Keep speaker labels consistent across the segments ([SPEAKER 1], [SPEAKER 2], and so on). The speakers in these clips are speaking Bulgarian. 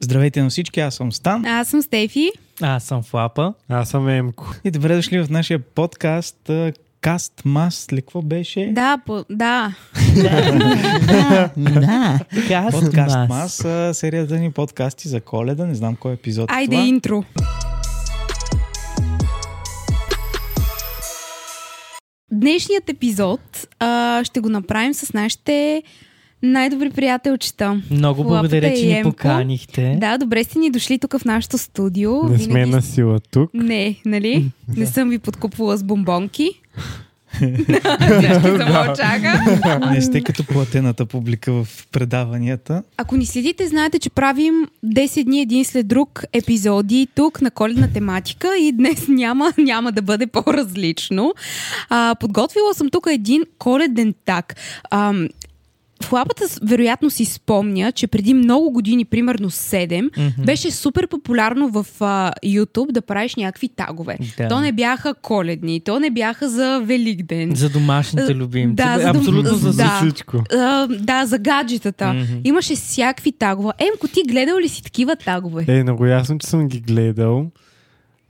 [SPEAKER 1] Здравейте на всички, аз съм Стан.
[SPEAKER 2] Аз съм Стефи.
[SPEAKER 3] Аз съм Флапа.
[SPEAKER 4] Аз съм Емко.
[SPEAKER 1] И добре дошли в нашия подкаст а, Каст Мас, ли какво беше?
[SPEAKER 2] Да, по... да.
[SPEAKER 3] Да. Каст
[SPEAKER 1] Подкаст Мас, а, серията ни подкасти за коледа, не знам кой епизод е
[SPEAKER 2] Айде
[SPEAKER 1] това.
[SPEAKER 2] интро. Днешният епизод а, ще го направим с нашите най-добри приятелчета.
[SPEAKER 3] Много
[SPEAKER 2] Флапата
[SPEAKER 3] благодаря, че
[SPEAKER 2] и
[SPEAKER 3] ни
[SPEAKER 2] Емко.
[SPEAKER 3] поканихте.
[SPEAKER 2] Да, добре сте ни дошли тук в нашото студио.
[SPEAKER 4] Не сме на сила тук.
[SPEAKER 2] Не, нали? Не съм ви подкупвала с бомбонки. Всички замълчаха.
[SPEAKER 1] Не сте като платената публика в предаванията.
[SPEAKER 2] Ако ни следите, знаете, че правим 10 дни един след друг епизоди тук на коледна тематика и днес няма, няма да бъде по-различно. А, подготвила съм тук един коледен так. Ам, в лапата с- вероятно си спомня, че преди много години, примерно 7,
[SPEAKER 3] Мгм.
[SPEAKER 2] беше супер популярно в а, YouTube да правиш някакви тагове.
[SPEAKER 3] Да.
[SPEAKER 2] То не бяха коледни, то не бяха за Великден.
[SPEAKER 3] За домашните любимци.
[SPEAKER 2] Е, Да, за дом-
[SPEAKER 3] Абсолютно за
[SPEAKER 2] да.
[SPEAKER 4] всичко.
[SPEAKER 2] А, да, за гаджетата.
[SPEAKER 3] Мгм.
[SPEAKER 2] Имаше всякакви тагове. Емко, ти гледал ли си такива тагове?
[SPEAKER 4] Е, много ясно, че съм ги гледал.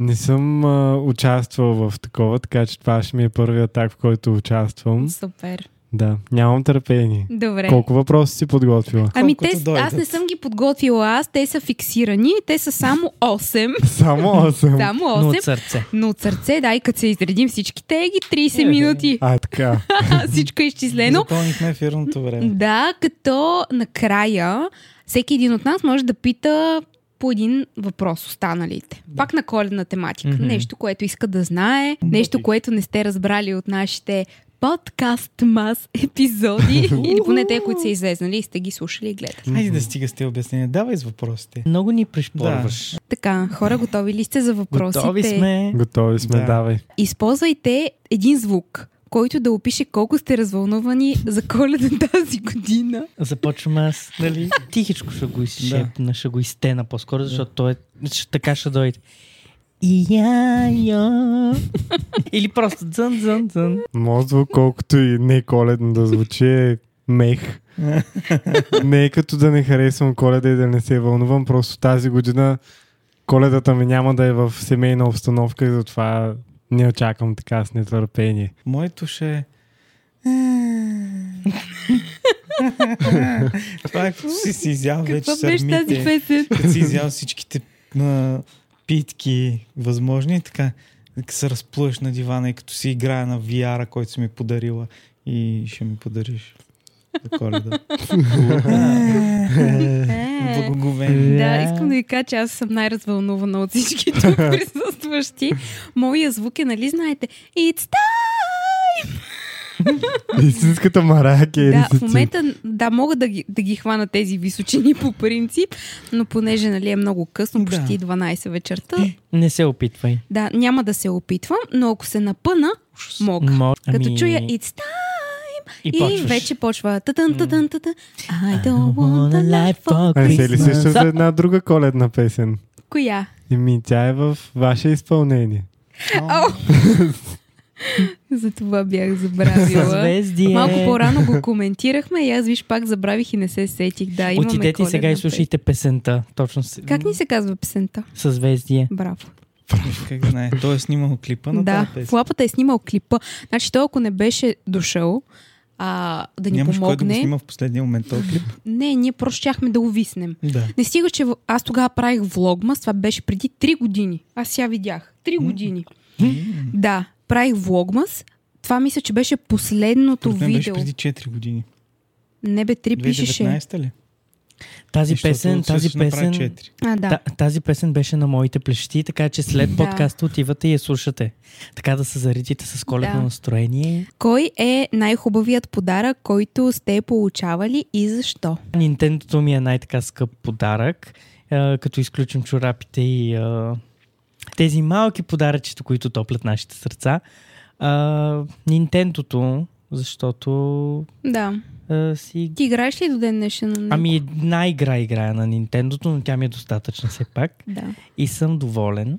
[SPEAKER 4] Не съм а, участвал в такова, така че това ще ми е първият атак, в който
[SPEAKER 3] Е,
[SPEAKER 4] участвам.
[SPEAKER 2] Супер.
[SPEAKER 4] Да, нямам търпение.
[SPEAKER 2] Добре.
[SPEAKER 4] Колко въпроси си подготвила?
[SPEAKER 2] Ами
[SPEAKER 1] Колкото
[SPEAKER 2] те, с- аз
[SPEAKER 1] дойдат.
[SPEAKER 2] не съм ги подготвила, аз те са фиксирани, те са само 8.
[SPEAKER 4] Само 8.
[SPEAKER 2] Само
[SPEAKER 3] Но от
[SPEAKER 2] 8.
[SPEAKER 3] сърце.
[SPEAKER 2] Но от сърце, да, и като се изредим всичките, ги 30
[SPEAKER 3] Е, да.
[SPEAKER 2] минути.
[SPEAKER 4] А, така.
[SPEAKER 2] Всичко е изчислено.
[SPEAKER 1] Запълнихме ефирното време.
[SPEAKER 2] Да, като накрая всеки един от нас може да пита по един въпрос останалите. Пак на коледна тематика.
[SPEAKER 3] Мгм.
[SPEAKER 2] Нещо, което иска да знае, нещо, което не сте разбрали от нашите подкаст мас епизоди, или поне те, които са излезнали и сте ги слушали и гледали.
[SPEAKER 1] Айде да стига с тези обяснения. Давай с въпросите.
[SPEAKER 3] Много ни пришпорваш.
[SPEAKER 2] Така, хора, готови ли сте за въпросите?
[SPEAKER 3] Готови сме.
[SPEAKER 4] Готови сме,
[SPEAKER 1] Да.
[SPEAKER 4] давай.
[SPEAKER 2] Използвайте един звук, който да опише колко сте развълнувани за коледа тази година.
[SPEAKER 3] Започвам аз, нали? Тихичко ще го изшепна, ще го изтена по-скоро, защото той е... ще- така ще дойде. Я, я. Или просто дзън, дзън, дзън.
[SPEAKER 4] Моят звук, колкото и не коледно да звучи, е мех. не е като да не харесвам коледа и да не се вълнувам, просто тази година коледата ми няма да е в семейна обстановка и затова не очаквам така с нетърпение.
[SPEAKER 1] Моето ще е... Това е като си си изял вече
[SPEAKER 2] Каква беше тази
[SPEAKER 1] сърмите.
[SPEAKER 2] песен?
[SPEAKER 1] Като си изял всичките а, питки възможни, така като се разплъеш на дивана и като си играя на VR-а, който си ми подарила и ще ми подариш за коледа.
[SPEAKER 2] Е.
[SPEAKER 1] Благоговение.
[SPEAKER 2] Да, искам да ви кажа, че аз съм най-развълнувана от всички тук присъстващи. Моя звук е, нали знаете, it's time!
[SPEAKER 4] Истинската е Марая Кери
[SPEAKER 2] да,
[SPEAKER 4] си
[SPEAKER 2] в момента, да, мога да ги, да ги хвана тези височини по принцип, но понеже, нали, е много късно,
[SPEAKER 1] Да.
[SPEAKER 2] почти 12 вечерта,
[SPEAKER 3] Не се опитвай.
[SPEAKER 2] да, няма да се опитвам, но ако се напъна, мога.
[SPEAKER 3] Мо-
[SPEAKER 2] Като
[SPEAKER 3] ами,
[SPEAKER 2] чуя it's time!
[SPEAKER 3] И
[SPEAKER 2] И,
[SPEAKER 3] почваш.
[SPEAKER 2] вече почва тътън, тътън, тътън. I don't want a life for...
[SPEAKER 4] А не Е, се ли сеща за една друга коледна песен?
[SPEAKER 2] Коя?
[SPEAKER 4] И ми тя е в ваше изпълнение.
[SPEAKER 2] Ау! За това бях забравила.
[SPEAKER 3] Звездие.
[SPEAKER 2] Малко по-рано го коментирахме и аз виж пак забравих и не се сетих. Да, имаме
[SPEAKER 3] Отидете и
[SPEAKER 2] коледна
[SPEAKER 3] сега и
[SPEAKER 2] песен.
[SPEAKER 3] слушайте песента. Точно с...
[SPEAKER 2] Как ни се казва песента?
[SPEAKER 3] Съзвездие.
[SPEAKER 2] Браво.
[SPEAKER 1] Как знае. Той е снимал клипа на
[SPEAKER 2] Да,
[SPEAKER 1] тази песен.
[SPEAKER 2] Флапата е снимал клипа. Значи той ако не беше дошъл а, да ни
[SPEAKER 1] Нямаш кой да го
[SPEAKER 2] помогне...
[SPEAKER 1] снима в последния момент този клип.
[SPEAKER 2] не, ние просто щяхме да увиснем.
[SPEAKER 1] Да.
[SPEAKER 2] Не стига, че в- аз тогава правих влогмас, това беше преди 3 години. Аз сега видях. 3 години. Да, правих влогмас. Това мисля, че беше последното
[SPEAKER 1] Тук беше
[SPEAKER 2] видео.
[SPEAKER 1] преди 4 години.
[SPEAKER 2] Не бе, три пишеше.
[SPEAKER 1] 2019 ли?
[SPEAKER 3] Тази
[SPEAKER 1] Защото
[SPEAKER 3] песен, тази
[SPEAKER 1] всъщност направи
[SPEAKER 3] песен,
[SPEAKER 1] четири.
[SPEAKER 2] А, да.
[SPEAKER 3] та, тази песен беше на моите плещи, така че
[SPEAKER 2] Да.
[SPEAKER 3] след подкаста отивате и я слушате. Така да се заредите с коледно
[SPEAKER 2] Да.
[SPEAKER 3] настроение.
[SPEAKER 2] Кой е най-хубавият подарък, който сте получавали и защо?
[SPEAKER 3] Нинтендото ми е най-така скъп подарък, е, като изключим чорапите и е, тези малки подаръчета, които топлят нашите сърца. Е, Нинтендото, защото
[SPEAKER 2] Да.
[SPEAKER 3] е, си
[SPEAKER 2] Ти играеш ли до ден днешен? на него?
[SPEAKER 3] Ами една игра играя на Нинтендото, но тя ми е достатъчна все пак.
[SPEAKER 2] Да.
[SPEAKER 3] И съм доволен.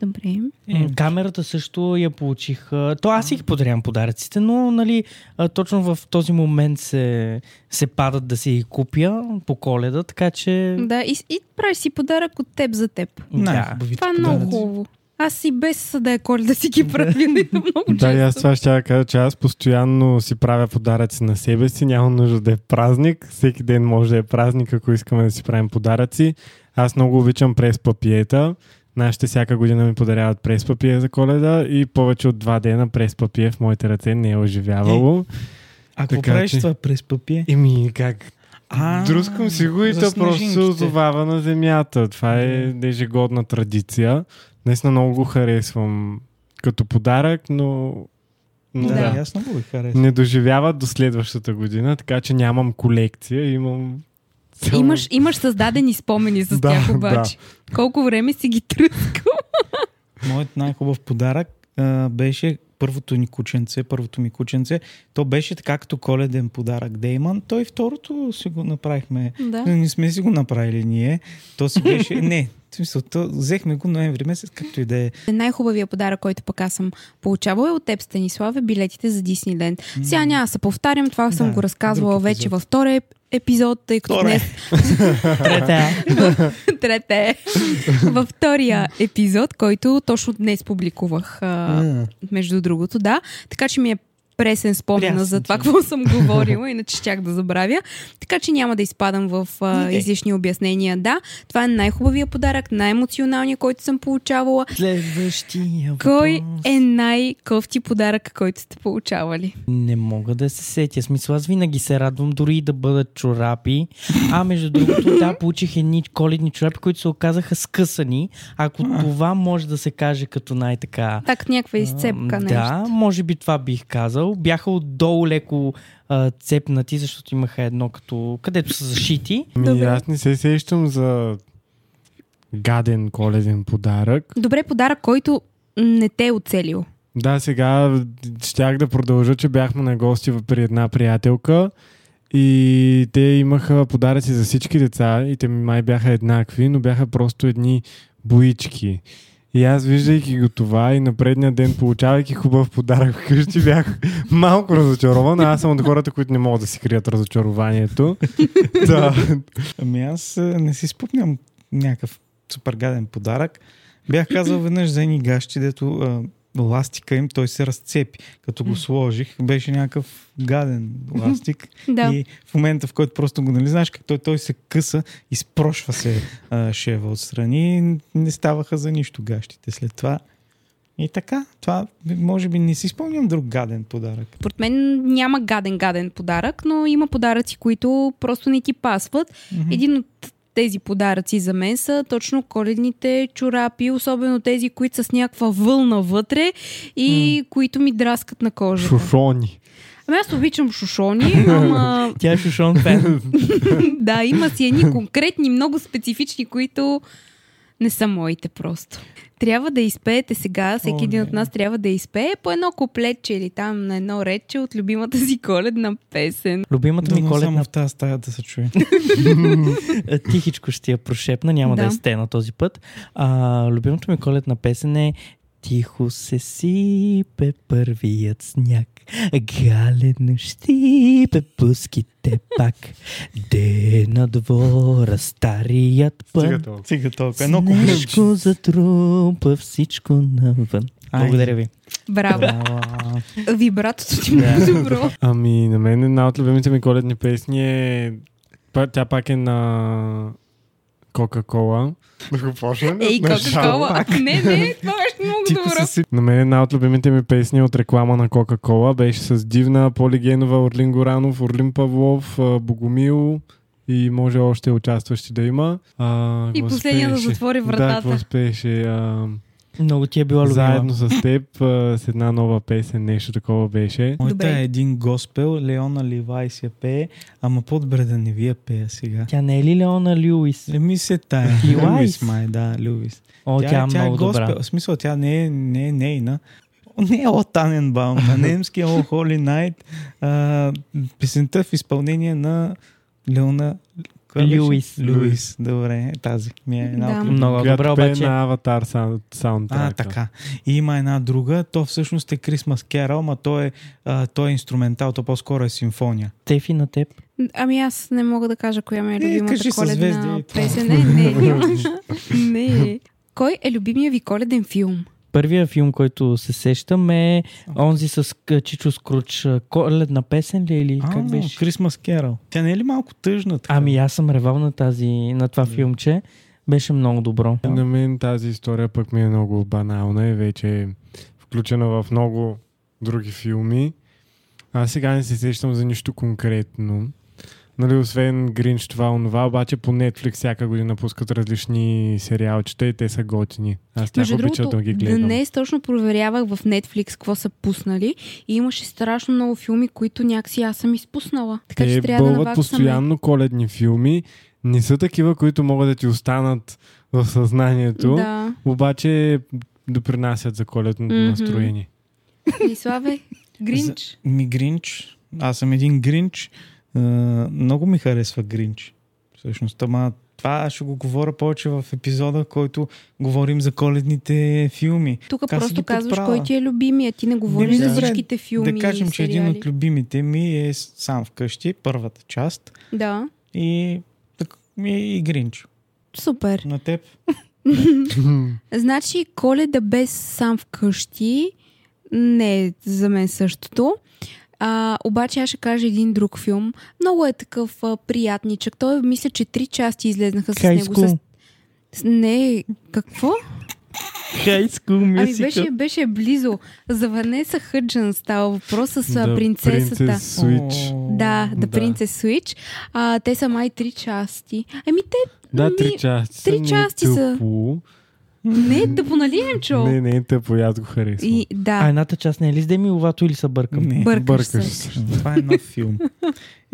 [SPEAKER 2] Добре.
[SPEAKER 3] Е, камерата също я получих. а, То аз их подарявам подаръците, но нали, а, точно в този момент се, се падат да си я купя по коледа, така че...
[SPEAKER 2] Да, и, и правиш си подарък от теб за теб.
[SPEAKER 3] Да.
[SPEAKER 1] Най-хубавите
[SPEAKER 2] Това е много
[SPEAKER 1] подаръци.
[SPEAKER 2] хубаво. Аз и без да е коледа си ги правя. много
[SPEAKER 4] Да, и аз
[SPEAKER 2] често.
[SPEAKER 4] това ще я кажа, че аз постоянно си правя подаръци на себе си, няма нужда да е празник. Всеки ден може да е празник, ако искаме да си правим подаръци. Аз много обичам прес папиета. Нашите всяка година ми подаряват прес папие за коледа и повече от два дена прес папие в моите ръце не е оживявало.
[SPEAKER 1] А какво
[SPEAKER 4] Така
[SPEAKER 1] правиш
[SPEAKER 4] че-
[SPEAKER 1] това през папие?
[SPEAKER 4] Еми, как? Друскам си го и
[SPEAKER 1] за
[SPEAKER 4] то просто се
[SPEAKER 1] снежинките.
[SPEAKER 4] озовава на земята. Това е ежегодна традиция. Наистина много го харесвам като подарък, но... но
[SPEAKER 1] Да,
[SPEAKER 2] Да.
[SPEAKER 1] да. ясно го ви харесва.
[SPEAKER 4] не доживяват до следващата година, така че нямам колекция, имам... само-
[SPEAKER 2] Имаш, имаш създадени спомени с
[SPEAKER 4] Да,
[SPEAKER 2] тях
[SPEAKER 4] да.
[SPEAKER 2] обаче. Колко време си ги тръскал?
[SPEAKER 1] Моят най-хубав подарък а, беше първото ни кученце, първото ми кученце. То беше така като коледен подарък Дейман. Той второто си го направихме.
[SPEAKER 2] Да.
[SPEAKER 1] Не сме си го направили ние. То си беше... Не, в смисъл, то взехме го ноември месец, както и да е.
[SPEAKER 2] Най-хубавия подарък, който пък аз съм получавала е от теб, Станиславе, билетите за Дисниленд. Сега няма да се повтарям, това съм
[SPEAKER 1] Да,
[SPEAKER 2] го разказвала
[SPEAKER 1] друг
[SPEAKER 2] вече
[SPEAKER 1] епизод.
[SPEAKER 2] във втория епизод, тъй като
[SPEAKER 1] Втория.
[SPEAKER 2] днес е Трете. Във втория епизод, който точно днес публикувах, а,
[SPEAKER 1] А,
[SPEAKER 2] между другото, да. Така че ми е пресен спомен
[SPEAKER 1] Прясно
[SPEAKER 2] за
[SPEAKER 1] ти.
[SPEAKER 2] това, какво съм говорила, иначе щях да забравя. Така че няма да изпадам в а,
[SPEAKER 1] Не дей.
[SPEAKER 2] излишни обяснения. Да, това е най-хубавия подарък, най-емоционалният, който съм получавала.
[SPEAKER 3] Следващия
[SPEAKER 2] Кой
[SPEAKER 3] въпрос.
[SPEAKER 2] е най-къвти подарък, който сте получавали?
[SPEAKER 3] Не мога да се сетя. Смисъл, аз винаги се радвам дори и да бъдат чорапи. А между другото, да, получих едни коледни чорапи, които се оказаха скъсани. Ако това може да се каже като най-така...
[SPEAKER 2] Так, някаква
[SPEAKER 3] а,
[SPEAKER 2] Е, изцепка, нещо.
[SPEAKER 3] Да, може би това бих казал. Бяха отдолу леко а, цепнати, защото имаха едно като... където са зашити.
[SPEAKER 4] Ми,
[SPEAKER 2] Добре.
[SPEAKER 4] Ами, аз не се сещам за гаден коледен подарък.
[SPEAKER 2] Добре, подарък, който не те е оцелил.
[SPEAKER 4] Да, сега щях да продължа, че бяхме на гости в- при една приятелка и те имаха подаръци за всички деца и те май бяха еднакви, но бяха просто едни боички. И аз виждайки го това и на предния ден, получавайки хубав подарък вкъщи, бях малко разочарован. Аз съм от хората, които не могат да си крият разочарованието. да.
[SPEAKER 1] ами аз а, не си спомням някакъв супер гаден подарък. Бях казал веднъж за едни гащи, дето а, ластика им той се разцепи. Като го сложих, беше някакъв гаден ластик.
[SPEAKER 2] Да.
[SPEAKER 1] И в момента, в който просто го нали, знаеш, как той, той се къса, изпрошва се а, шева отстрани, не ставаха за нищо гащите след това. И така, това може би не си спомням друг гаден подарък.
[SPEAKER 2] Според мен няма гаден-гаден подарък, но има подаръци, които просто не ти пасват.
[SPEAKER 1] Мгм.
[SPEAKER 2] Един от тези подаръци за мен са точно коледните чорапи, особено тези, които са с някаква вълна вътре и които ми драскат на кожата.
[SPEAKER 4] Шушони.
[SPEAKER 2] Ами аз обичам шушони, ама
[SPEAKER 3] Тя е Шушон Фен.
[SPEAKER 2] да, има си едни конкретни, много специфични, които не са моите просто. Трябва да изпеете сега, всеки
[SPEAKER 1] О,
[SPEAKER 2] един
[SPEAKER 1] не.
[SPEAKER 2] от нас трябва да изпее по едно куплетче или там на едно редче от любимата си коледна песен.
[SPEAKER 3] Любимата ми
[SPEAKER 1] Дано
[SPEAKER 3] коледна
[SPEAKER 1] само в тази стая да се чуе.
[SPEAKER 3] Е, Тихичко ще я прошепна, няма да,
[SPEAKER 2] Да.
[SPEAKER 3] е стена този път. А, любимото ми коледна песен е Тихо се сипе първият сняг, галено щипе пуските пак. Де на двора старият
[SPEAKER 4] Стига
[SPEAKER 3] път,
[SPEAKER 4] толкова.
[SPEAKER 1] Стига толкова. Едно кукличе.
[SPEAKER 3] снежко затрупа всичко навън.
[SPEAKER 1] Ай.
[SPEAKER 3] Благодаря ви.
[SPEAKER 2] Браво!
[SPEAKER 1] Браво.
[SPEAKER 2] Вибратото ти много добро.
[SPEAKER 4] Ами, на мен една от любимите ми коледни песни е... па- Тя пак е на Кока-Кола. Да го почнем.
[SPEAKER 2] Ей, Кока-Кола. Не, не, това беше много
[SPEAKER 4] Тихо
[SPEAKER 2] добро.
[SPEAKER 4] се си. На мен една от любимите ми песни от реклама на Кока-Кола беше с Дивна, Полигенова, Орлин Горанов, Орлин Павлов, а, Богомил и може още участващи да има. А,
[SPEAKER 2] И
[SPEAKER 4] какво
[SPEAKER 2] последния да
[SPEAKER 4] спееше?
[SPEAKER 2] затвори
[SPEAKER 4] Да,
[SPEAKER 2] вратата.
[SPEAKER 4] какво спееше? А,
[SPEAKER 3] Много ти е била любима.
[SPEAKER 4] заедно с теб а, с една нова песен, нещо такова беше.
[SPEAKER 1] Моята
[SPEAKER 2] Добре.
[SPEAKER 1] е един госпел, Леона Ливай си я пее, ама по-добре да не ви я пея сега.
[SPEAKER 3] Тя не е ли Леона Люис?
[SPEAKER 1] Еми се тая.
[SPEAKER 3] Лилайс?
[SPEAKER 1] Люис май, да, Люис.
[SPEAKER 3] О, тя, е много добра.
[SPEAKER 1] В смисъл, тя не е, не е нейна. Не е О Таненбаум, на немски е О Holy Night. А, песента в изпълнение на Леона Коя беше?
[SPEAKER 3] Луис.
[SPEAKER 1] Луис, добре, тази ми е една
[SPEAKER 2] Да.
[SPEAKER 1] от
[SPEAKER 3] Много
[SPEAKER 4] Която
[SPEAKER 3] добре,
[SPEAKER 4] пее
[SPEAKER 3] обаче.
[SPEAKER 4] на Аватар саунд, саундтрака.
[SPEAKER 1] А, така. И има една друга, то всъщност е Christmas Carol, ма то е, а, то е инструментал, то по-скоро е симфония.
[SPEAKER 3] Тефи на теб.
[SPEAKER 2] Ами аз не мога да кажа коя ми е
[SPEAKER 1] Е,
[SPEAKER 2] любимата
[SPEAKER 1] кажи с звезди
[SPEAKER 2] коледна
[SPEAKER 1] и това.
[SPEAKER 2] песен. Не, не, нямам. не. Кой е любимия ви коледен филм?
[SPEAKER 3] Първия филм, който се сещам е онзи с к- Чичо Скруч. а, Коледна песен ли е или
[SPEAKER 1] А,
[SPEAKER 3] как беше?
[SPEAKER 1] Christmas Carol. Тя не е ли малко тъжна? Така?
[SPEAKER 3] Ами аз съм ревал на, тази, на това филмче. Беше много добро.
[SPEAKER 4] На мен тази история пък ми е много банална и вече е включена в много други филми. Аз сега не се сещам за нищо конкретно. Нали, освен Гринч това, онова, обаче по Netflix всяка година пускат различни сериалчета и те са готини. Аз тях
[SPEAKER 2] Между
[SPEAKER 4] обичам
[SPEAKER 2] другото,
[SPEAKER 4] да ги гледам.
[SPEAKER 2] днес точно проверявах в Netflix какво са пуснали и имаше страшно много филми, които някакси аз съм изпуснала. Така че
[SPEAKER 4] Те
[SPEAKER 2] трябва да наваксаме.
[SPEAKER 4] бълват постоянно коледни филми. Не са такива, които могат да ти останат в съзнанието,
[SPEAKER 2] Да.
[SPEAKER 4] обаче допринасят за коледното
[SPEAKER 2] Мгм.
[SPEAKER 4] настроение.
[SPEAKER 2] Диславе, Гринч.
[SPEAKER 1] Ми Гринч. Аз съм един Гринч. А, много ми харесва Гринч. Всъщност, ама това ще го говоря повече в епизода, който говорим за коледните филми.
[SPEAKER 2] Тук
[SPEAKER 1] Така си
[SPEAKER 2] просто
[SPEAKER 1] ги
[SPEAKER 2] казваш
[SPEAKER 1] подправя.
[SPEAKER 2] кой ти е любимия. Ти не говориш
[SPEAKER 1] ми
[SPEAKER 2] за
[SPEAKER 1] добре,
[SPEAKER 2] всичките филми
[SPEAKER 1] да кажем,
[SPEAKER 2] и
[SPEAKER 1] че един
[SPEAKER 2] сериали.
[SPEAKER 1] от любимите ми е сам вкъщи, първата част
[SPEAKER 2] Да,
[SPEAKER 1] и, так, е и, и Гринч.
[SPEAKER 2] супер.
[SPEAKER 1] На теб?
[SPEAKER 2] Значи коледа без сам вкъщи не е за мен същото. А, обаче аз ще кажа един друг филм. Много е такъв а, приятничък. Той мисля, че три части излезнаха с
[SPEAKER 3] High
[SPEAKER 2] него. С...
[SPEAKER 3] School.
[SPEAKER 2] с- Не, какво?
[SPEAKER 3] High School
[SPEAKER 2] Ами
[SPEAKER 3] Musical.
[SPEAKER 2] беше, беше близо. За Ванеса Хъджън става въпрос с а,
[SPEAKER 4] Да,
[SPEAKER 2] принцесата.
[SPEAKER 4] Принцес Switch.
[SPEAKER 1] О,
[SPEAKER 2] Да, The
[SPEAKER 4] Да.
[SPEAKER 2] Princess Switch. А, те са май три части. Еми те
[SPEAKER 4] Да,
[SPEAKER 2] Ми,
[SPEAKER 4] три части.
[SPEAKER 2] Ами, три
[SPEAKER 4] са, не е
[SPEAKER 2] части са.
[SPEAKER 4] тъпо.
[SPEAKER 2] не е тъпо, нали, Енчо?
[SPEAKER 4] Не, не е тъпо, и аз го харесвам.
[SPEAKER 2] И, да,
[SPEAKER 3] А едната част не е ли с Деми Ловато или са бъркам?
[SPEAKER 1] Не.
[SPEAKER 2] бъркаш,
[SPEAKER 4] Бъркаш
[SPEAKER 2] се.
[SPEAKER 4] се.
[SPEAKER 1] Това е нов филм.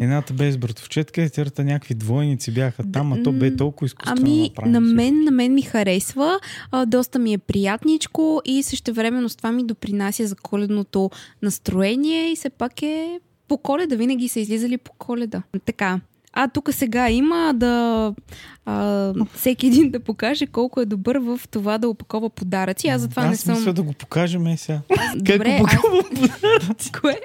[SPEAKER 1] Едната без братовчетка, и търта някакви двойници бяха там, а то бе толкова изкуствено
[SPEAKER 2] Ами,
[SPEAKER 1] направено.
[SPEAKER 2] на мен, на мен ми харесва, а, доста ми е приятничко и същевременно с това ми допринася за коледното настроение и все пак е по коледа, винаги са излизали по коледа. Така, а тук сега има да а, всеки един да покаже колко е добър в това да опакова подаръци. Аз затова
[SPEAKER 1] Аз
[SPEAKER 2] не съм...
[SPEAKER 1] мисля да го покажем е сега.
[SPEAKER 2] Добре, аз... Кое?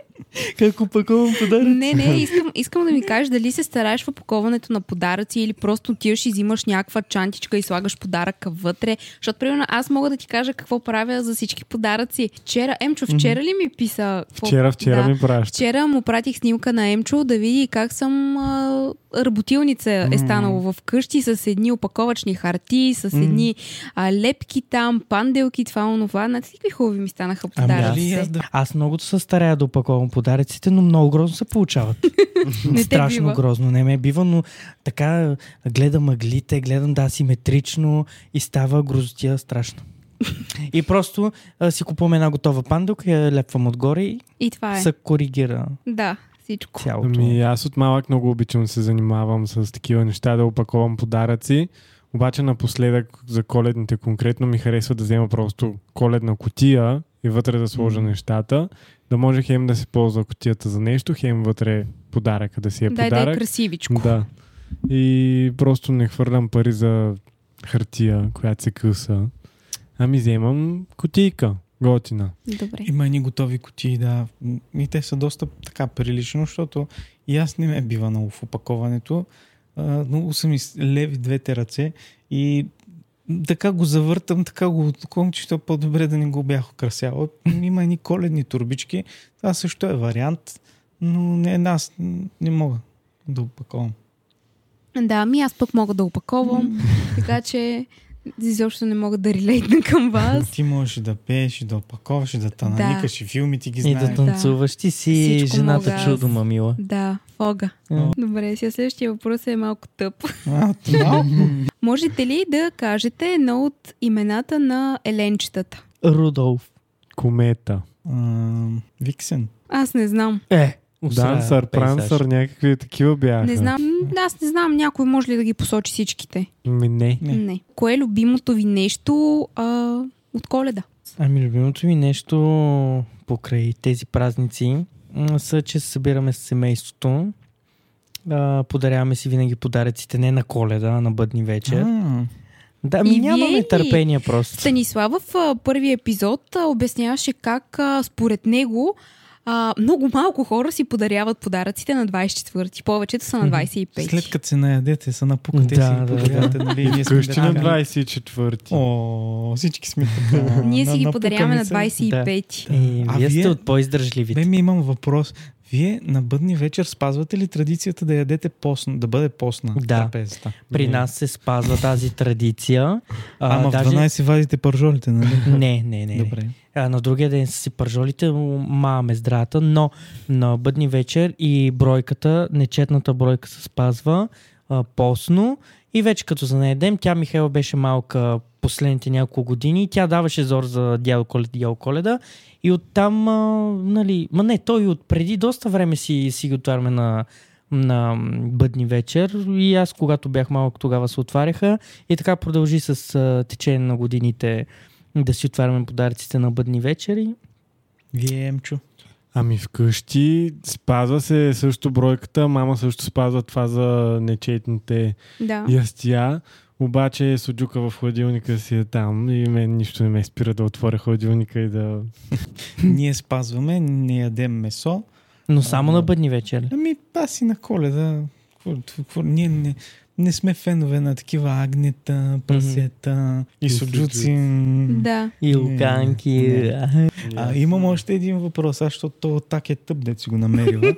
[SPEAKER 3] Как опаковам подарък?
[SPEAKER 2] Не, не, искам, искам да ми кажеш дали се стараеш в опаковането на подаръци или просто отиваш и взимаш някаква чантичка и слагаш подаръка вътре. Защото, примерно, аз мога да ти кажа какво правя за всички подаръци. Вчера, Емчо, вчера ли ми писа? какво-
[SPEAKER 4] Вчера, вчера
[SPEAKER 2] да.
[SPEAKER 4] ми праща.
[SPEAKER 2] Вчера му пратих снимка на Емчо да види как съм а, работилница е станало в къщи с едни опаковачни хартии, с едни а, лепки там, панделки, това, онова. Знаете ли какви хубави ми станаха
[SPEAKER 1] дали
[SPEAKER 2] подаръци?
[SPEAKER 1] Ами, аз да
[SPEAKER 3] Аз много се старая да опаковам подаръците, но много грозно се получават.
[SPEAKER 2] Не те
[SPEAKER 3] Страшно
[SPEAKER 2] бива.
[SPEAKER 3] грозно. Не ме бива, но така гледам мъглите, гледам да симетрично и става грозотия страшно. И просто а, си купувам една готова пандука, я лепвам отгоре и
[SPEAKER 2] И това е.
[SPEAKER 3] се коригира
[SPEAKER 2] Да, всичко.
[SPEAKER 3] цялото.
[SPEAKER 4] Ами аз от малък много обичам да се занимавам с такива неща, да опаковам подаръци. Обаче напоследък за коледните конкретно ми харесва да взема просто коледна котия и вътре да сложа
[SPEAKER 1] М.
[SPEAKER 4] нещата. Да може хем да се ползва котията за нещо, хем вътре подаръка да си е
[SPEAKER 2] Дай да е
[SPEAKER 4] подарък.
[SPEAKER 2] красивичко.
[SPEAKER 4] Да. И просто не хвърлям пари за хартия, която се къса. Ами вземам котийка. Готина.
[SPEAKER 2] Добре.
[SPEAKER 1] Има едни готови кутии, да. М, И те са доста така прилично, защото и аз не е ме бива много в опаковането. А, Много са ми с- леви двете ръце и така го завъртам, така го отклон, че то по-добре да не го бях украсял. Има едни коледни турбички. Това също е вариант, но не, аз не мога да опаковам.
[SPEAKER 2] Да, ами аз пък мога да опаковам, така че изобщо не мога да релейтна към вас.
[SPEAKER 1] Ти можеш и да пееш, и да опаковаш, и да
[SPEAKER 2] Да.
[SPEAKER 1] тананикаш, и филмите ги
[SPEAKER 3] И да
[SPEAKER 1] знаеш.
[SPEAKER 3] танцуваш. Ти си
[SPEAKER 2] Всичко
[SPEAKER 3] жената
[SPEAKER 2] мога аз.
[SPEAKER 3] чудо, мамила.
[SPEAKER 2] Да, фога.
[SPEAKER 3] М.
[SPEAKER 2] Добре, сега следващия въпрос е малко тъп.
[SPEAKER 1] А, малко.
[SPEAKER 2] Можете ли да кажете едно от имената на еленчетата?
[SPEAKER 3] Рудолф.
[SPEAKER 4] Комета.
[SPEAKER 1] Ам, Виксен.
[SPEAKER 2] Аз не знам.
[SPEAKER 3] Е, усрая
[SPEAKER 4] Дансър,
[SPEAKER 3] пейзаж.
[SPEAKER 4] прансър, някакви такива бяха.
[SPEAKER 2] Не знам. М, Аз не знам. Някой може ли да ги посочи всичките?
[SPEAKER 4] Ми Ами не.
[SPEAKER 1] Не.
[SPEAKER 2] Не. Кое е любимото ви нещо а, от коледа?
[SPEAKER 3] Ами любимото ми нещо покрай тези празници м, са, че се събираме с семейството А, подаряваме си винаги подаръците не на коледа, а на бъдни вечер. А.
[SPEAKER 1] А,
[SPEAKER 3] Да, ми
[SPEAKER 2] И вие
[SPEAKER 3] нямаме
[SPEAKER 2] ли?
[SPEAKER 3] търпение просто.
[SPEAKER 2] Станислав в а, първи епизод а, обясняваше как а, според него а, много малко хора си подаряват подаръците на 24-ти. Повечето са на 25-ти.
[SPEAKER 1] след като се наядете, се напукате
[SPEAKER 3] Да,
[SPEAKER 1] си и
[SPEAKER 3] да,
[SPEAKER 1] подарявате, нали? и Ние сме
[SPEAKER 4] Къщи на
[SPEAKER 1] били-
[SPEAKER 4] 24-ти.
[SPEAKER 1] О, всички сме така.
[SPEAKER 2] Ние си ги
[SPEAKER 1] напукани
[SPEAKER 2] подаряваме на
[SPEAKER 1] се.
[SPEAKER 2] 25-ти.
[SPEAKER 3] И
[SPEAKER 1] А
[SPEAKER 3] вие сте
[SPEAKER 1] вие?
[SPEAKER 3] от по-издържливите.
[SPEAKER 1] Бе ми имам въпрос. Вие на бъдни вечер спазвате ли традицията да ядете постно, да бъде постна
[SPEAKER 3] Да.
[SPEAKER 1] трапезата?
[SPEAKER 3] При нас се спазва тази традиция. А,
[SPEAKER 1] Ама в 12 вадите пържолите, нали?
[SPEAKER 3] Не, не, не.
[SPEAKER 1] Добре.
[SPEAKER 3] Добре. А, на другия ден са си пържолите, маме здрата, но на бъдни вечер и бройката, нечетната бройка се спазва а, посно. И вече като занаедем, тя Михайла беше малка последните няколко години. и Тя даваше зор за дядо Коледа, дядо Коледа. И оттам, а, нали, ма не, той и от преди доста време си, си ги отваряме на, на м, бъдни вечер. И аз, когато бях малък, тогава се отваряха. И така продължи с а, течение на годините да си отваряме подаръците на бъдни вечери.
[SPEAKER 1] Вие, Емчо.
[SPEAKER 4] Ами вкъщи спазва се също бройката, мама също спазва това за нечетните
[SPEAKER 2] Да.
[SPEAKER 4] ястия. Обаче суджука в хладилника си е там и мен нищо не ме спира да отворя хладилника и да...
[SPEAKER 1] Ние спазваме, не ядем месо.
[SPEAKER 3] Но само
[SPEAKER 1] Ага.
[SPEAKER 3] на бъдни вечер.
[SPEAKER 1] Ами аз и на коледа. Какво- какво- Ние не, не сме фенове на такива агнета, прасета и
[SPEAKER 4] И
[SPEAKER 1] суджуци.
[SPEAKER 2] Да.
[SPEAKER 3] И луканки.
[SPEAKER 1] А, имам още един въпрос, аз, защото то так е тъп, дето си го намерила.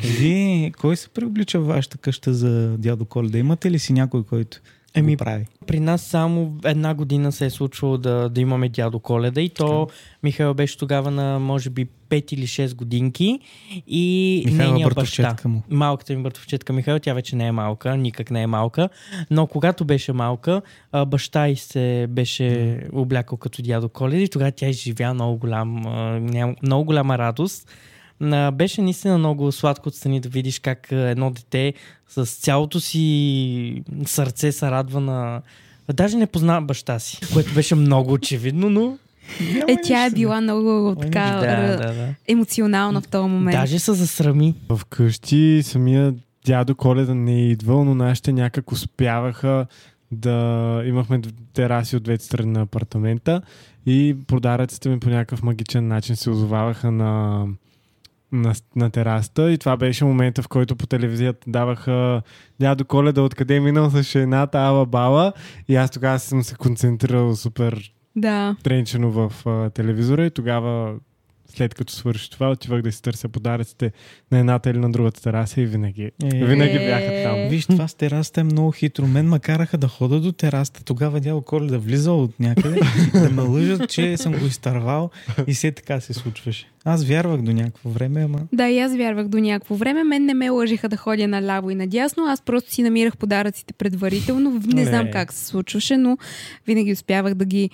[SPEAKER 1] Вие, кой се преоблича в вашата къща за дядо Коледа? Имате ли си някой, който
[SPEAKER 3] Еми,
[SPEAKER 1] го прави?
[SPEAKER 3] При нас само една година се е случвало да, да имаме дядо Коледа и то Михаил беше тогава на може би 5 или 6 годинки и
[SPEAKER 1] Михайла
[SPEAKER 3] нейния баща.
[SPEAKER 1] Бъртовчетка му.
[SPEAKER 3] Малката ми братовчетка Михаил, тя вече не е малка, никак не е малка, но когато беше малка, а, баща й се беше облякал като дядо Коледа и тогава тя изживя много, голям, а, ням- много голяма радост. А, Беше наистина много сладко отстрани да видиш как а, едно дете с цялото си сърце се радва на... Даже не познава баща си, което беше много очевидно, но...
[SPEAKER 1] Няма
[SPEAKER 2] Е, тя е
[SPEAKER 1] нищо.
[SPEAKER 2] била много
[SPEAKER 1] Ой,
[SPEAKER 2] така
[SPEAKER 3] да,
[SPEAKER 2] р-
[SPEAKER 3] да, да.
[SPEAKER 2] емоционална в този момент.
[SPEAKER 3] Даже се засрами.
[SPEAKER 4] Вкъщи самия дядо Коледа не е идвал, но нашите някак успяваха да... Имахме д- тераси от двете страни на апартамента и подаръците ми по някакъв магичен начин се озоваваха на, на, с- на тераста и това беше момента, в който по телевизията даваха дядо Коледа откъде е минал с шената Ала Бала и аз тогава съм се концентрирал супер
[SPEAKER 2] Да.
[SPEAKER 4] тренчено в а, телевизора и тогава след като свърши това, отивах да си търся подаръците на едната или на другата тераса и винаги.
[SPEAKER 1] Е.
[SPEAKER 4] Винаги
[SPEAKER 2] Е.
[SPEAKER 4] бяха там.
[SPEAKER 1] Виж, това с тераста е много хитро. Мен ма караха да хода до тераста. Тогава дядо Коледа влизал от някъде, да ме лъжат, че съм го изтървал и все така се случваше. Аз вярвах до някакво време, ама...
[SPEAKER 2] Да, и аз вярвах до някакво време. Мен не ме лъжеха да ходя наляво и надясно. Аз просто си намирах подаръците предварително. Не знам
[SPEAKER 1] Е.
[SPEAKER 2] как се случваше, но винаги успявах да ги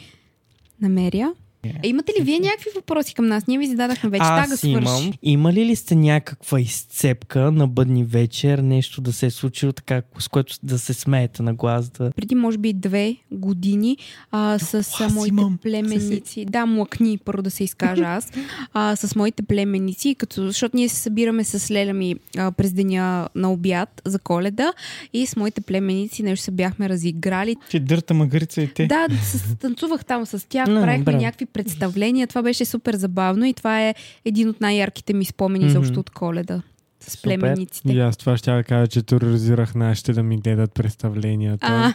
[SPEAKER 2] намеря.
[SPEAKER 1] Е.
[SPEAKER 2] Е, имате ли вие някакви въпроси към нас? Ние ви зададахме вече.
[SPEAKER 3] Аз
[SPEAKER 2] Тага свърши.
[SPEAKER 3] имам. Има ли ли сте някаква изцепка на бъдни вечер, нещо да се е случило така, с което да се смеете на глас? Да...
[SPEAKER 2] преди може би две години а, с а,
[SPEAKER 1] аз
[SPEAKER 2] моите
[SPEAKER 1] имам.
[SPEAKER 2] племеници. Да, млъкни, първо да се изкажа аз. А, с моите племеници, като, защото ние се събираме с Леля ми а, през деня на обяд за коледа и с моите племеници нещо се бяхме разиграли.
[SPEAKER 1] Че дърта магарица и те.
[SPEAKER 2] Да, с, танцувах там с тях,
[SPEAKER 3] Не,
[SPEAKER 2] правихме
[SPEAKER 3] браво.
[SPEAKER 2] някакви представления. Това беше супер забавно и това е един от най-ярките ми спомени
[SPEAKER 3] Мгм.
[SPEAKER 2] изобщо от коледа с
[SPEAKER 3] Супер.
[SPEAKER 2] племениците.
[SPEAKER 4] И аз това ще да кажа, че тероризирах нашите да ми гледат
[SPEAKER 2] А.
[SPEAKER 4] представленията.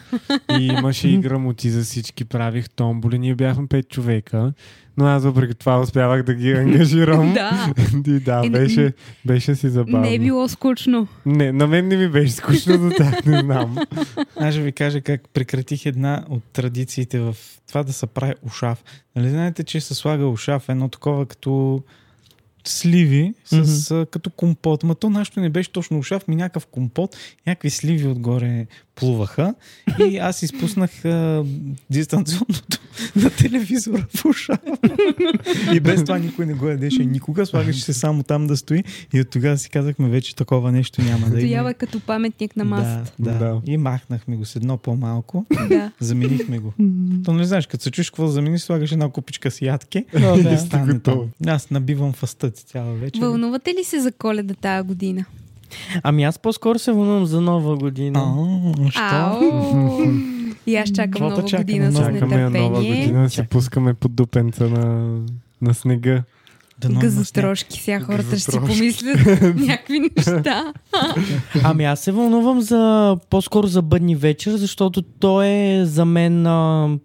[SPEAKER 4] И имаше и грамоти за всички, правих томболи. Ние бяхме пет човека, но аз въпреки това успявах да ги ангажирам.
[SPEAKER 2] Да,
[SPEAKER 4] И да,
[SPEAKER 2] Е,
[SPEAKER 4] беше, беше си забавно.
[SPEAKER 2] не е било скучно.
[SPEAKER 4] не, на мен не ми беше скучно за тях, не знам.
[SPEAKER 1] Аз ще ви кажа как прекратих една от традициите в това да се прави ушав. Нали знаете, че се слага ушав, едно такова като сливи, с, mm-hmm. като компот. Ма то нашето не беше точно ушав, ми някакъв компот, някакви сливи отгоре плуваха и аз изпуснах а, дистанционното на телевизора в ушава. И без това никой не го ядеше никога, слагаше се само там да стои и от тогава си казахме вече такова нещо няма да има.
[SPEAKER 2] Стоява е като паметник на масата.
[SPEAKER 1] Да, да. да.
[SPEAKER 4] Да.
[SPEAKER 1] И махнахме го с едно по-малко.
[SPEAKER 2] Да.
[SPEAKER 1] Заменихме го. То не знаеш, като се чуеш какво да замениш, слагаш една купичка с ядки.
[SPEAKER 3] О,
[SPEAKER 1] и
[SPEAKER 3] да.
[SPEAKER 1] стане
[SPEAKER 4] готово.
[SPEAKER 1] там. Аз набивам фастъци цяла вечер.
[SPEAKER 2] Вълнувате ли се за коледа тази година?
[SPEAKER 3] Ами аз по-скоро се вълнувам за нова година.
[SPEAKER 1] А, що?
[SPEAKER 2] Ау! И аз чакам
[SPEAKER 1] Какво да
[SPEAKER 2] нова
[SPEAKER 1] чакаме?
[SPEAKER 2] година с
[SPEAKER 4] Чакаме я нова
[SPEAKER 2] нетърпение.
[SPEAKER 4] година, си пускаме под дупенца на, на снега.
[SPEAKER 1] Дано има сняг.
[SPEAKER 2] Газотрошки, сега хората ще си
[SPEAKER 4] Газотрошки.
[SPEAKER 2] помислят някакви неща.
[SPEAKER 3] Ами аз се вълнувам за по-скоро за бъдни вечер, защото той е за мен а,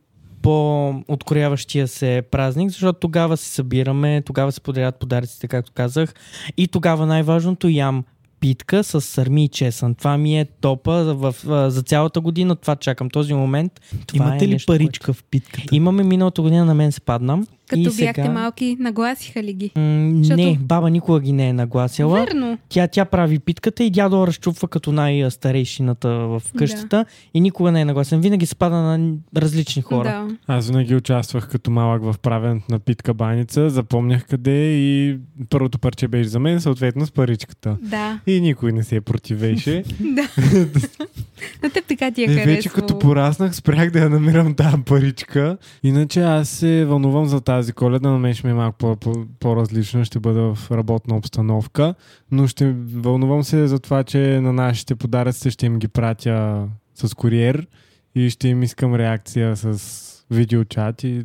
[SPEAKER 3] по-откоряващия се празник, защото тогава се събираме, тогава се подарят подаръците, както казах. И тогава най-важното ям питка с сърми и чесън. Това ми е топа за- в, а, за цялата година. Това чакам този момент. Това
[SPEAKER 1] Имате
[SPEAKER 3] е
[SPEAKER 1] ли
[SPEAKER 3] нещо,
[SPEAKER 1] паричка в питката?
[SPEAKER 3] Което... Имаме миналата година, на мен се падна.
[SPEAKER 2] Като
[SPEAKER 3] и
[SPEAKER 2] бяхте
[SPEAKER 3] сега...
[SPEAKER 2] малки, нагласиха ли ги?
[SPEAKER 3] М,
[SPEAKER 2] Защото-
[SPEAKER 3] Не, баба никога ги не е нагласила.
[SPEAKER 2] Верно.
[SPEAKER 3] Тя, тя прави питката и дядо разчупва като най-старейшината в къщата и никога не е нагласен. Винаги спада на различни хора.
[SPEAKER 2] Да.
[SPEAKER 4] Аз винаги участвах като малък в правенето на питка баница, запомнях къде е и първото парче беше за мен, съответно с паричката.
[SPEAKER 2] Да,
[SPEAKER 4] И никой не се е противеше.
[SPEAKER 2] да. На теб така ти е
[SPEAKER 4] Е, вече
[SPEAKER 2] харесвало.
[SPEAKER 4] като пораснах, спрях да я намирам тази паричка. Иначе аз се вълнувам за тази коледа, но мен ще ми е малко по- по- по-различно, ще бъда в работна обстановка, но ще вълнувам се за това, че на нашите подаръци ще им ги пратя с куриер и ще им искам реакция с видеочат и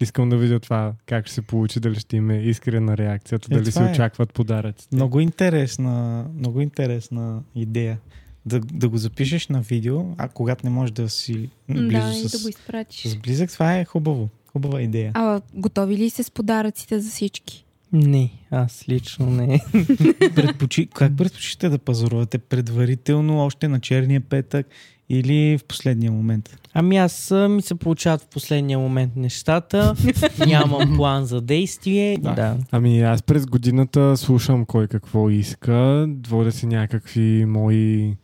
[SPEAKER 4] искам да видя това как ще се получи, дали ще им е искрена реакцията,
[SPEAKER 1] Е,
[SPEAKER 4] дали се
[SPEAKER 1] това е.
[SPEAKER 4] очакват подаръците.
[SPEAKER 1] Много интересна, много интересна идея. Да, да го запишеш на видео, а когато не можеш да си
[SPEAKER 2] М,
[SPEAKER 1] близо
[SPEAKER 2] Да, и да
[SPEAKER 1] с,
[SPEAKER 2] го изпратиш.
[SPEAKER 1] с близък, това е хубаво. Хубава идея.
[SPEAKER 2] А готови ли се с подаръците за всички?
[SPEAKER 3] Не, аз лично не.
[SPEAKER 1] Предпочи... Как предпочитате да пазарувате? Предварително, още на черния петък или в последния момент?
[SPEAKER 3] Ами аз а, ми се получават в последния момент нещата. Нямам план за действие.
[SPEAKER 4] Да.
[SPEAKER 3] Да. да.
[SPEAKER 4] Ами аз през годината слушам кой какво иска, водя си някакви мои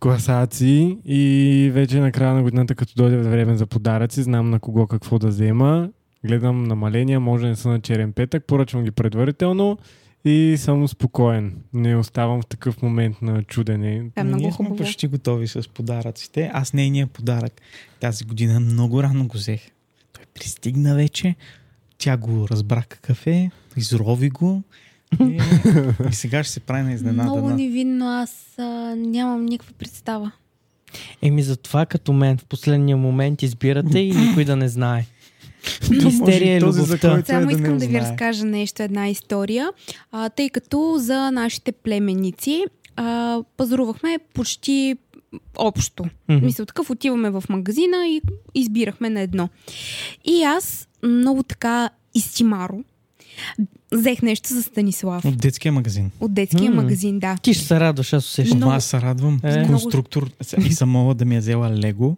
[SPEAKER 4] класации и вече на края на годината, като дойде време за подаръци, знам на кого какво да взема, гледам намаления, може да не са на черен петък, поръчвам ги предварително и съм спокоен. Не оставам в такъв момент на чудене.
[SPEAKER 2] Това е много
[SPEAKER 1] Ние
[SPEAKER 2] хубаво.
[SPEAKER 1] сме почти готови с подаръците. Аз нейния подарък тази година много рано го взех. Той пристигна вече, тя го разбра какъв е, изрови го и, и сега ще се прави на
[SPEAKER 2] Много
[SPEAKER 1] изненадана.
[SPEAKER 2] невинно, аз а, нямам никаква представа.
[SPEAKER 3] Еми затова като мен в последния момент избирате и никой да не знае.
[SPEAKER 1] То може и
[SPEAKER 3] Истерия е
[SPEAKER 1] този, за
[SPEAKER 3] любовта.
[SPEAKER 1] който е
[SPEAKER 2] Само
[SPEAKER 1] да не
[SPEAKER 2] искам да, ви
[SPEAKER 1] узнае.
[SPEAKER 2] разкажа нещо, една история, а, тъй като за нашите племеници а, пазарувахме почти общо.
[SPEAKER 3] Мгм.
[SPEAKER 2] Мисля, такъв отиваме в магазина и избирахме на едно. И аз много така изтимаро взех нещо за Станислав
[SPEAKER 1] От детския магазин.
[SPEAKER 2] от детския
[SPEAKER 3] М.
[SPEAKER 2] магазин, да.
[SPEAKER 3] Ти ще се радваш, аз усещам.
[SPEAKER 1] Ама аз се радвам.
[SPEAKER 3] Е.
[SPEAKER 1] Конструктор и съм мога да ми е взела Лего.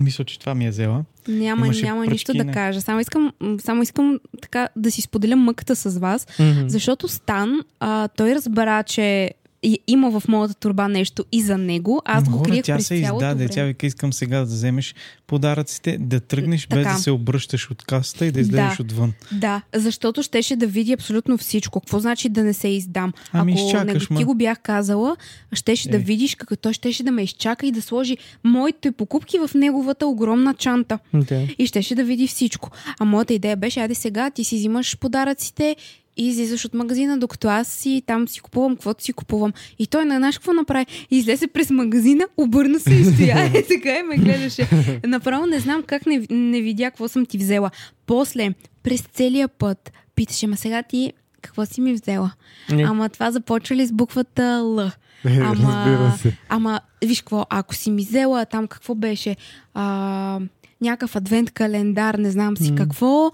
[SPEAKER 1] Мисля, че това ми е взела.
[SPEAKER 2] Няма,
[SPEAKER 1] Имаше
[SPEAKER 2] няма нищо да
[SPEAKER 1] пръчкина.
[SPEAKER 2] кажа. Само искам, м, само искам така да си споделя мъката с вас,
[SPEAKER 3] Мгм.
[SPEAKER 2] Защото Стан, а, той разбра, че и- има в моята турба нещо и за него. Аз
[SPEAKER 1] Ама
[SPEAKER 2] го
[SPEAKER 1] хора,
[SPEAKER 2] криех
[SPEAKER 1] тя
[SPEAKER 2] през
[SPEAKER 1] се
[SPEAKER 2] цялото
[SPEAKER 1] издаде.
[SPEAKER 2] време.
[SPEAKER 1] Тя вика, искам сега да вземеш подаръците, да тръгнеш без
[SPEAKER 2] Така.
[SPEAKER 1] да се обръщаш от касата и да излезеш
[SPEAKER 2] Да.
[SPEAKER 1] отвън.
[SPEAKER 2] Да, защото щеше да види абсолютно всичко. Какво значи да не се издам?
[SPEAKER 1] Ами
[SPEAKER 2] Ако
[SPEAKER 1] изчакаш,
[SPEAKER 2] не, го- ти
[SPEAKER 1] ма.
[SPEAKER 2] го бях казала, щеше да
[SPEAKER 1] Е.
[SPEAKER 2] видиш как той щеше да ме изчака и да сложи моите покупки в неговата огромна чанта.
[SPEAKER 3] Да.
[SPEAKER 2] И щеше да види всичко. А моята идея беше, айде сега, ти си взимаш подаръците и излизаш от магазина, докато аз си там си купувам, каквото си купувам. И той на наш какво направи? Излезе през магазина, обърна се и стоя. Е, така и ме гледаше. Направо не знам как не, не видя какво съм ти взела. После, през целия път, питаше, ма сега ти какво си ми взела?
[SPEAKER 3] Не.
[SPEAKER 2] Ама това започва ли с буквата Л?
[SPEAKER 4] Е,
[SPEAKER 2] Ама-
[SPEAKER 4] Разбира се.
[SPEAKER 2] Ама, виж какво, ако си ми взела там какво беше, а, някакъв адвент календар, не знам си какво,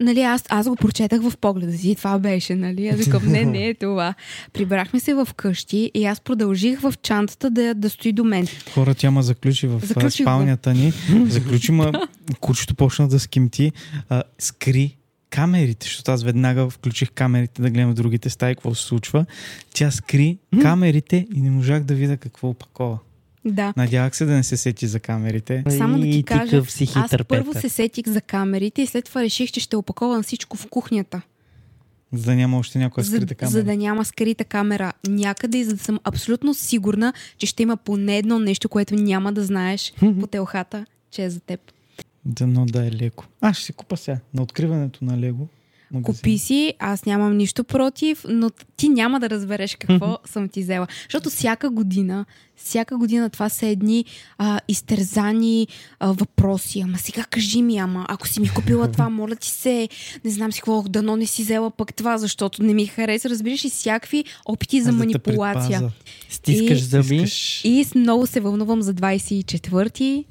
[SPEAKER 2] нали, аз, аз го прочетах в погледа си и това беше, нали, аз викам, не, не е това. Прибрахме се в къщи и аз продължих в чантата да, да стои до мен.
[SPEAKER 1] Хора, тя ма заключи в
[SPEAKER 2] Заключи
[SPEAKER 1] а,
[SPEAKER 2] го.
[SPEAKER 1] спалнята ни. Заключи ма, кучето почна да скимти. А, скри камерите, защото аз веднага включих камерите да гледам в другите стаи, какво се случва. Тя скри камерите и не можах да видя какво опакова.
[SPEAKER 2] Да.
[SPEAKER 1] Надявах се да не се сети за камерите.
[SPEAKER 2] Само да ти
[SPEAKER 3] и
[SPEAKER 2] кажа,
[SPEAKER 3] такъв си хитър
[SPEAKER 2] Аз първо
[SPEAKER 3] Петър.
[SPEAKER 2] се сетих за камерите и след това реших, че ще опаковам всичко в кухнята.
[SPEAKER 1] За да няма още някоя
[SPEAKER 2] за,
[SPEAKER 1] скрита камера.
[SPEAKER 2] за да няма скрита камера някъде и за да съм абсолютно сигурна, че ще има поне едно нещо, което няма да знаеш по телхата, че е за теб.
[SPEAKER 1] Дано да е леко. Аз ще си купа сега на откриването на Лего. магазин.
[SPEAKER 2] Купи си, аз нямам нищо против, но ти няма да разбереш какво съм ти взела. Защото всяка година, всяка година това са едни а, изтързани а, въпроси. Ама сега кажи ми, ама ако си ми купила това, моля ти се, не знам си какво, дано не си взела пък това, защото не ми хареса. Разбираш и всякакви опити за
[SPEAKER 1] Аз да те
[SPEAKER 2] манипулация.
[SPEAKER 1] предпазя.
[SPEAKER 3] Стискаш
[SPEAKER 2] И-
[SPEAKER 3] зъби.
[SPEAKER 1] Искаш-
[SPEAKER 2] И с- много се вълнувам за 24-ти,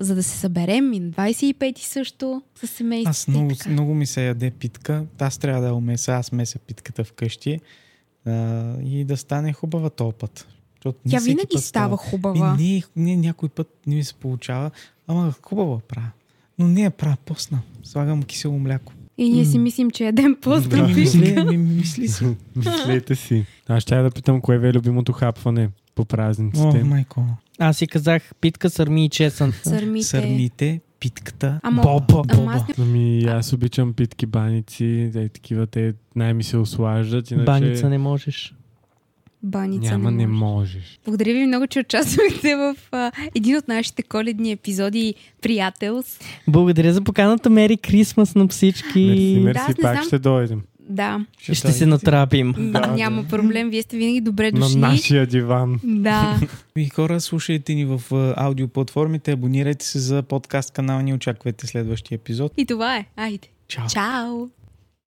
[SPEAKER 2] за да се съберем и на 25-ти също с семейството.
[SPEAKER 1] Аз
[SPEAKER 2] и
[SPEAKER 1] много,
[SPEAKER 2] така.
[SPEAKER 1] много ми се яде питка. Аз трябва да я умеса. Аз меся питката вкъщи. А, и да стане хубава този път. Защото не
[SPEAKER 2] Тя
[SPEAKER 1] всеки
[SPEAKER 2] винаги
[SPEAKER 1] път
[SPEAKER 2] става хубава.
[SPEAKER 1] Ми, не, е- не, някой път не ми се получава. Ама хубава правя. Но не я правя постна. Слагам кисело мляко.
[SPEAKER 2] И ние си
[SPEAKER 3] М.
[SPEAKER 2] мислим, че едем пост
[SPEAKER 1] Ми
[SPEAKER 2] да.
[SPEAKER 1] мисли, ми, ми мисли си.
[SPEAKER 4] Мислете си. Аз ще да питам, кое ви е любимото хапване по
[SPEAKER 1] О,
[SPEAKER 4] празниците.
[SPEAKER 1] майко.
[SPEAKER 3] Аз си казах питка, сърми и чесън.
[SPEAKER 2] сърмите.
[SPEAKER 1] Сърмите, питката,
[SPEAKER 2] Ама-
[SPEAKER 1] боба,
[SPEAKER 2] Ама аз
[SPEAKER 1] боба.
[SPEAKER 2] не...
[SPEAKER 4] Ами аз обичам питки баници, да и такива те най-ми се ослаждат, иначе
[SPEAKER 3] Баница не можеш.
[SPEAKER 2] Баница
[SPEAKER 4] няма, не
[SPEAKER 2] не може.
[SPEAKER 4] можеш.
[SPEAKER 2] Благодаря ви много, че участвахте в а, един от нашите коледни епизоди Приятелс.
[SPEAKER 3] Благодаря за поканата. Мери Крисмас на всички.
[SPEAKER 4] Мерси,
[SPEAKER 2] Да, аз
[SPEAKER 4] мерси,
[SPEAKER 2] не
[SPEAKER 4] пак
[SPEAKER 2] знам.
[SPEAKER 4] ще дойдем.
[SPEAKER 2] Да,
[SPEAKER 3] Ще се натрапим.
[SPEAKER 2] да няма проблем. Вие сте винаги добре
[SPEAKER 4] На
[SPEAKER 2] дошли.
[SPEAKER 4] нашия диван.
[SPEAKER 2] Да,
[SPEAKER 1] И хора, слушайте ни в а, аудиоплатформите, абонирайте се за подкаст канала ни, очаквайте следващия епизод.
[SPEAKER 2] и това е. Айде.
[SPEAKER 1] Чао!
[SPEAKER 2] Чао!